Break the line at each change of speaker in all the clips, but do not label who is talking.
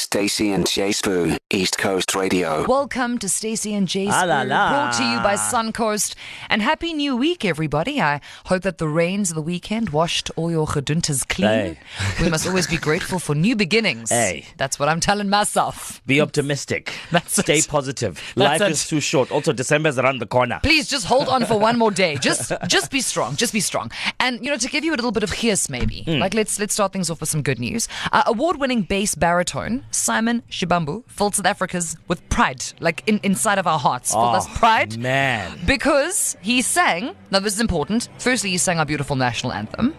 Stacy and Jay Spoon, East Coast Radio.
Welcome to Stacey and Jay's
Ah, la,
Brew,
la.
brought to you by Suncoast. And happy new week, everybody. I hope that the rains of the weekend washed all your geduntas clean.
Hey.
We must always be grateful for new beginnings.
Hey.
That's what I'm telling myself.
Be optimistic.
That's
Stay
it.
positive.
That's
Life
it.
is too short. Also, December's around the corner.
Please just hold on for one more day. Just just be strong. Just be strong. And you know, to give you a little bit of here's maybe.
Hmm.
Like let's let's start things off with some good news. Uh, award-winning bass baritone Simon Shibambu filled South Africa's with pride, like in, inside of our hearts. Filled us
Ah,
pride.
man.
Because he sang, now this is important. Firstly, he sang our beautiful national anthem.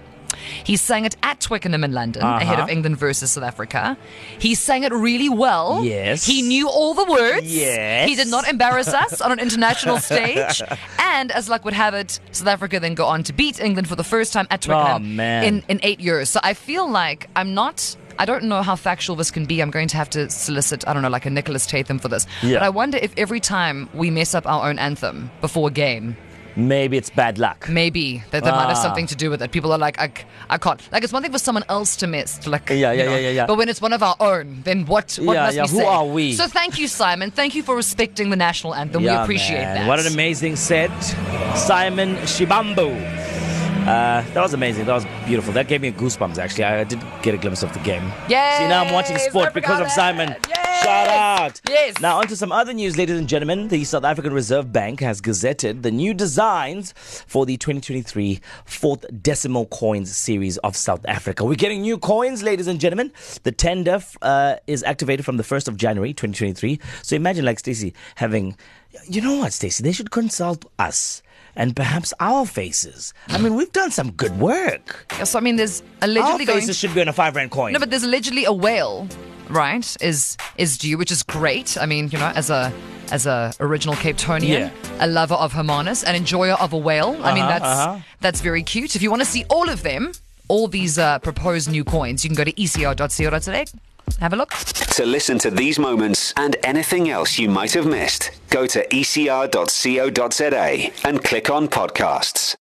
He sang it at Twickenham in London ahead
Uh-huh.
of England versus South Africa. He sang it really well.
Yes.
He knew all the words.
Yes.
He did not embarrass us on an international stage. And as luck would have it, South Africa then go on to beat England for the first time at Twickenham
Oh, man.
in in eight years. So I feel like I'm not. I don't know how factual this can be. I'm going to have to solicit, I don't know, like a Nicholas Tatham for this.
Yeah.
But I wonder if every time we mess up our own anthem before a game,
Maybe it's bad luck.
maybe that, that might have
Ah.
something to do with it. People are like, I, c- I can't. Like, it's one thing for someone else to mess. To like,
Yeah,
you
yeah,
know,
yeah, yeah, yeah.
But when it's one of our own, then what, what
Yeah,
must
yeah,
we
who
say?
are we?
So thank you, Simon. Thank you for respecting the national anthem. we
Yeah,
appreciate
man.
that.
What an amazing set. Simon Shibambu. Uh, that was amazing. That was beautiful. That gave me goosebumps, actually. I I did get a glimpse of the game.
Yes,
See, now I'm watching
I
sport because of
forgot
Simon.
it. Yes.
Shout out.
Yes.
Now, on to some other news, ladies and gentlemen. The South African Reserve Bank has gazetted the new designs for the 2023 fourth decimal coins series of South Africa. We're getting new coins, ladies and gentlemen. The tender f- uh, is activated from the 1st of January 2023. So imagine, like Stacey, having. You know what, Stacey? They should consult us and perhaps our faces. I mean, we've done some good work.
so, I mean, there's
Our
allegedly going
faces should be on a five rand coin.
No, but there's allegedly a whale, right? Is is due, which is great. I mean, you know, as a as a original Cape Tonian,
Yeah.
a lover of Hermanus, an enjoyer of a whale. I mean,
Uh-huh,
that's
uh-huh.
that's very cute. If you want to see all of them, all these uh, proposed new coins, you can go to E ecr.co.za. Have a look.
To listen to these moments and anything else E you might have missed, go to ecr.co.za and click on podcasts.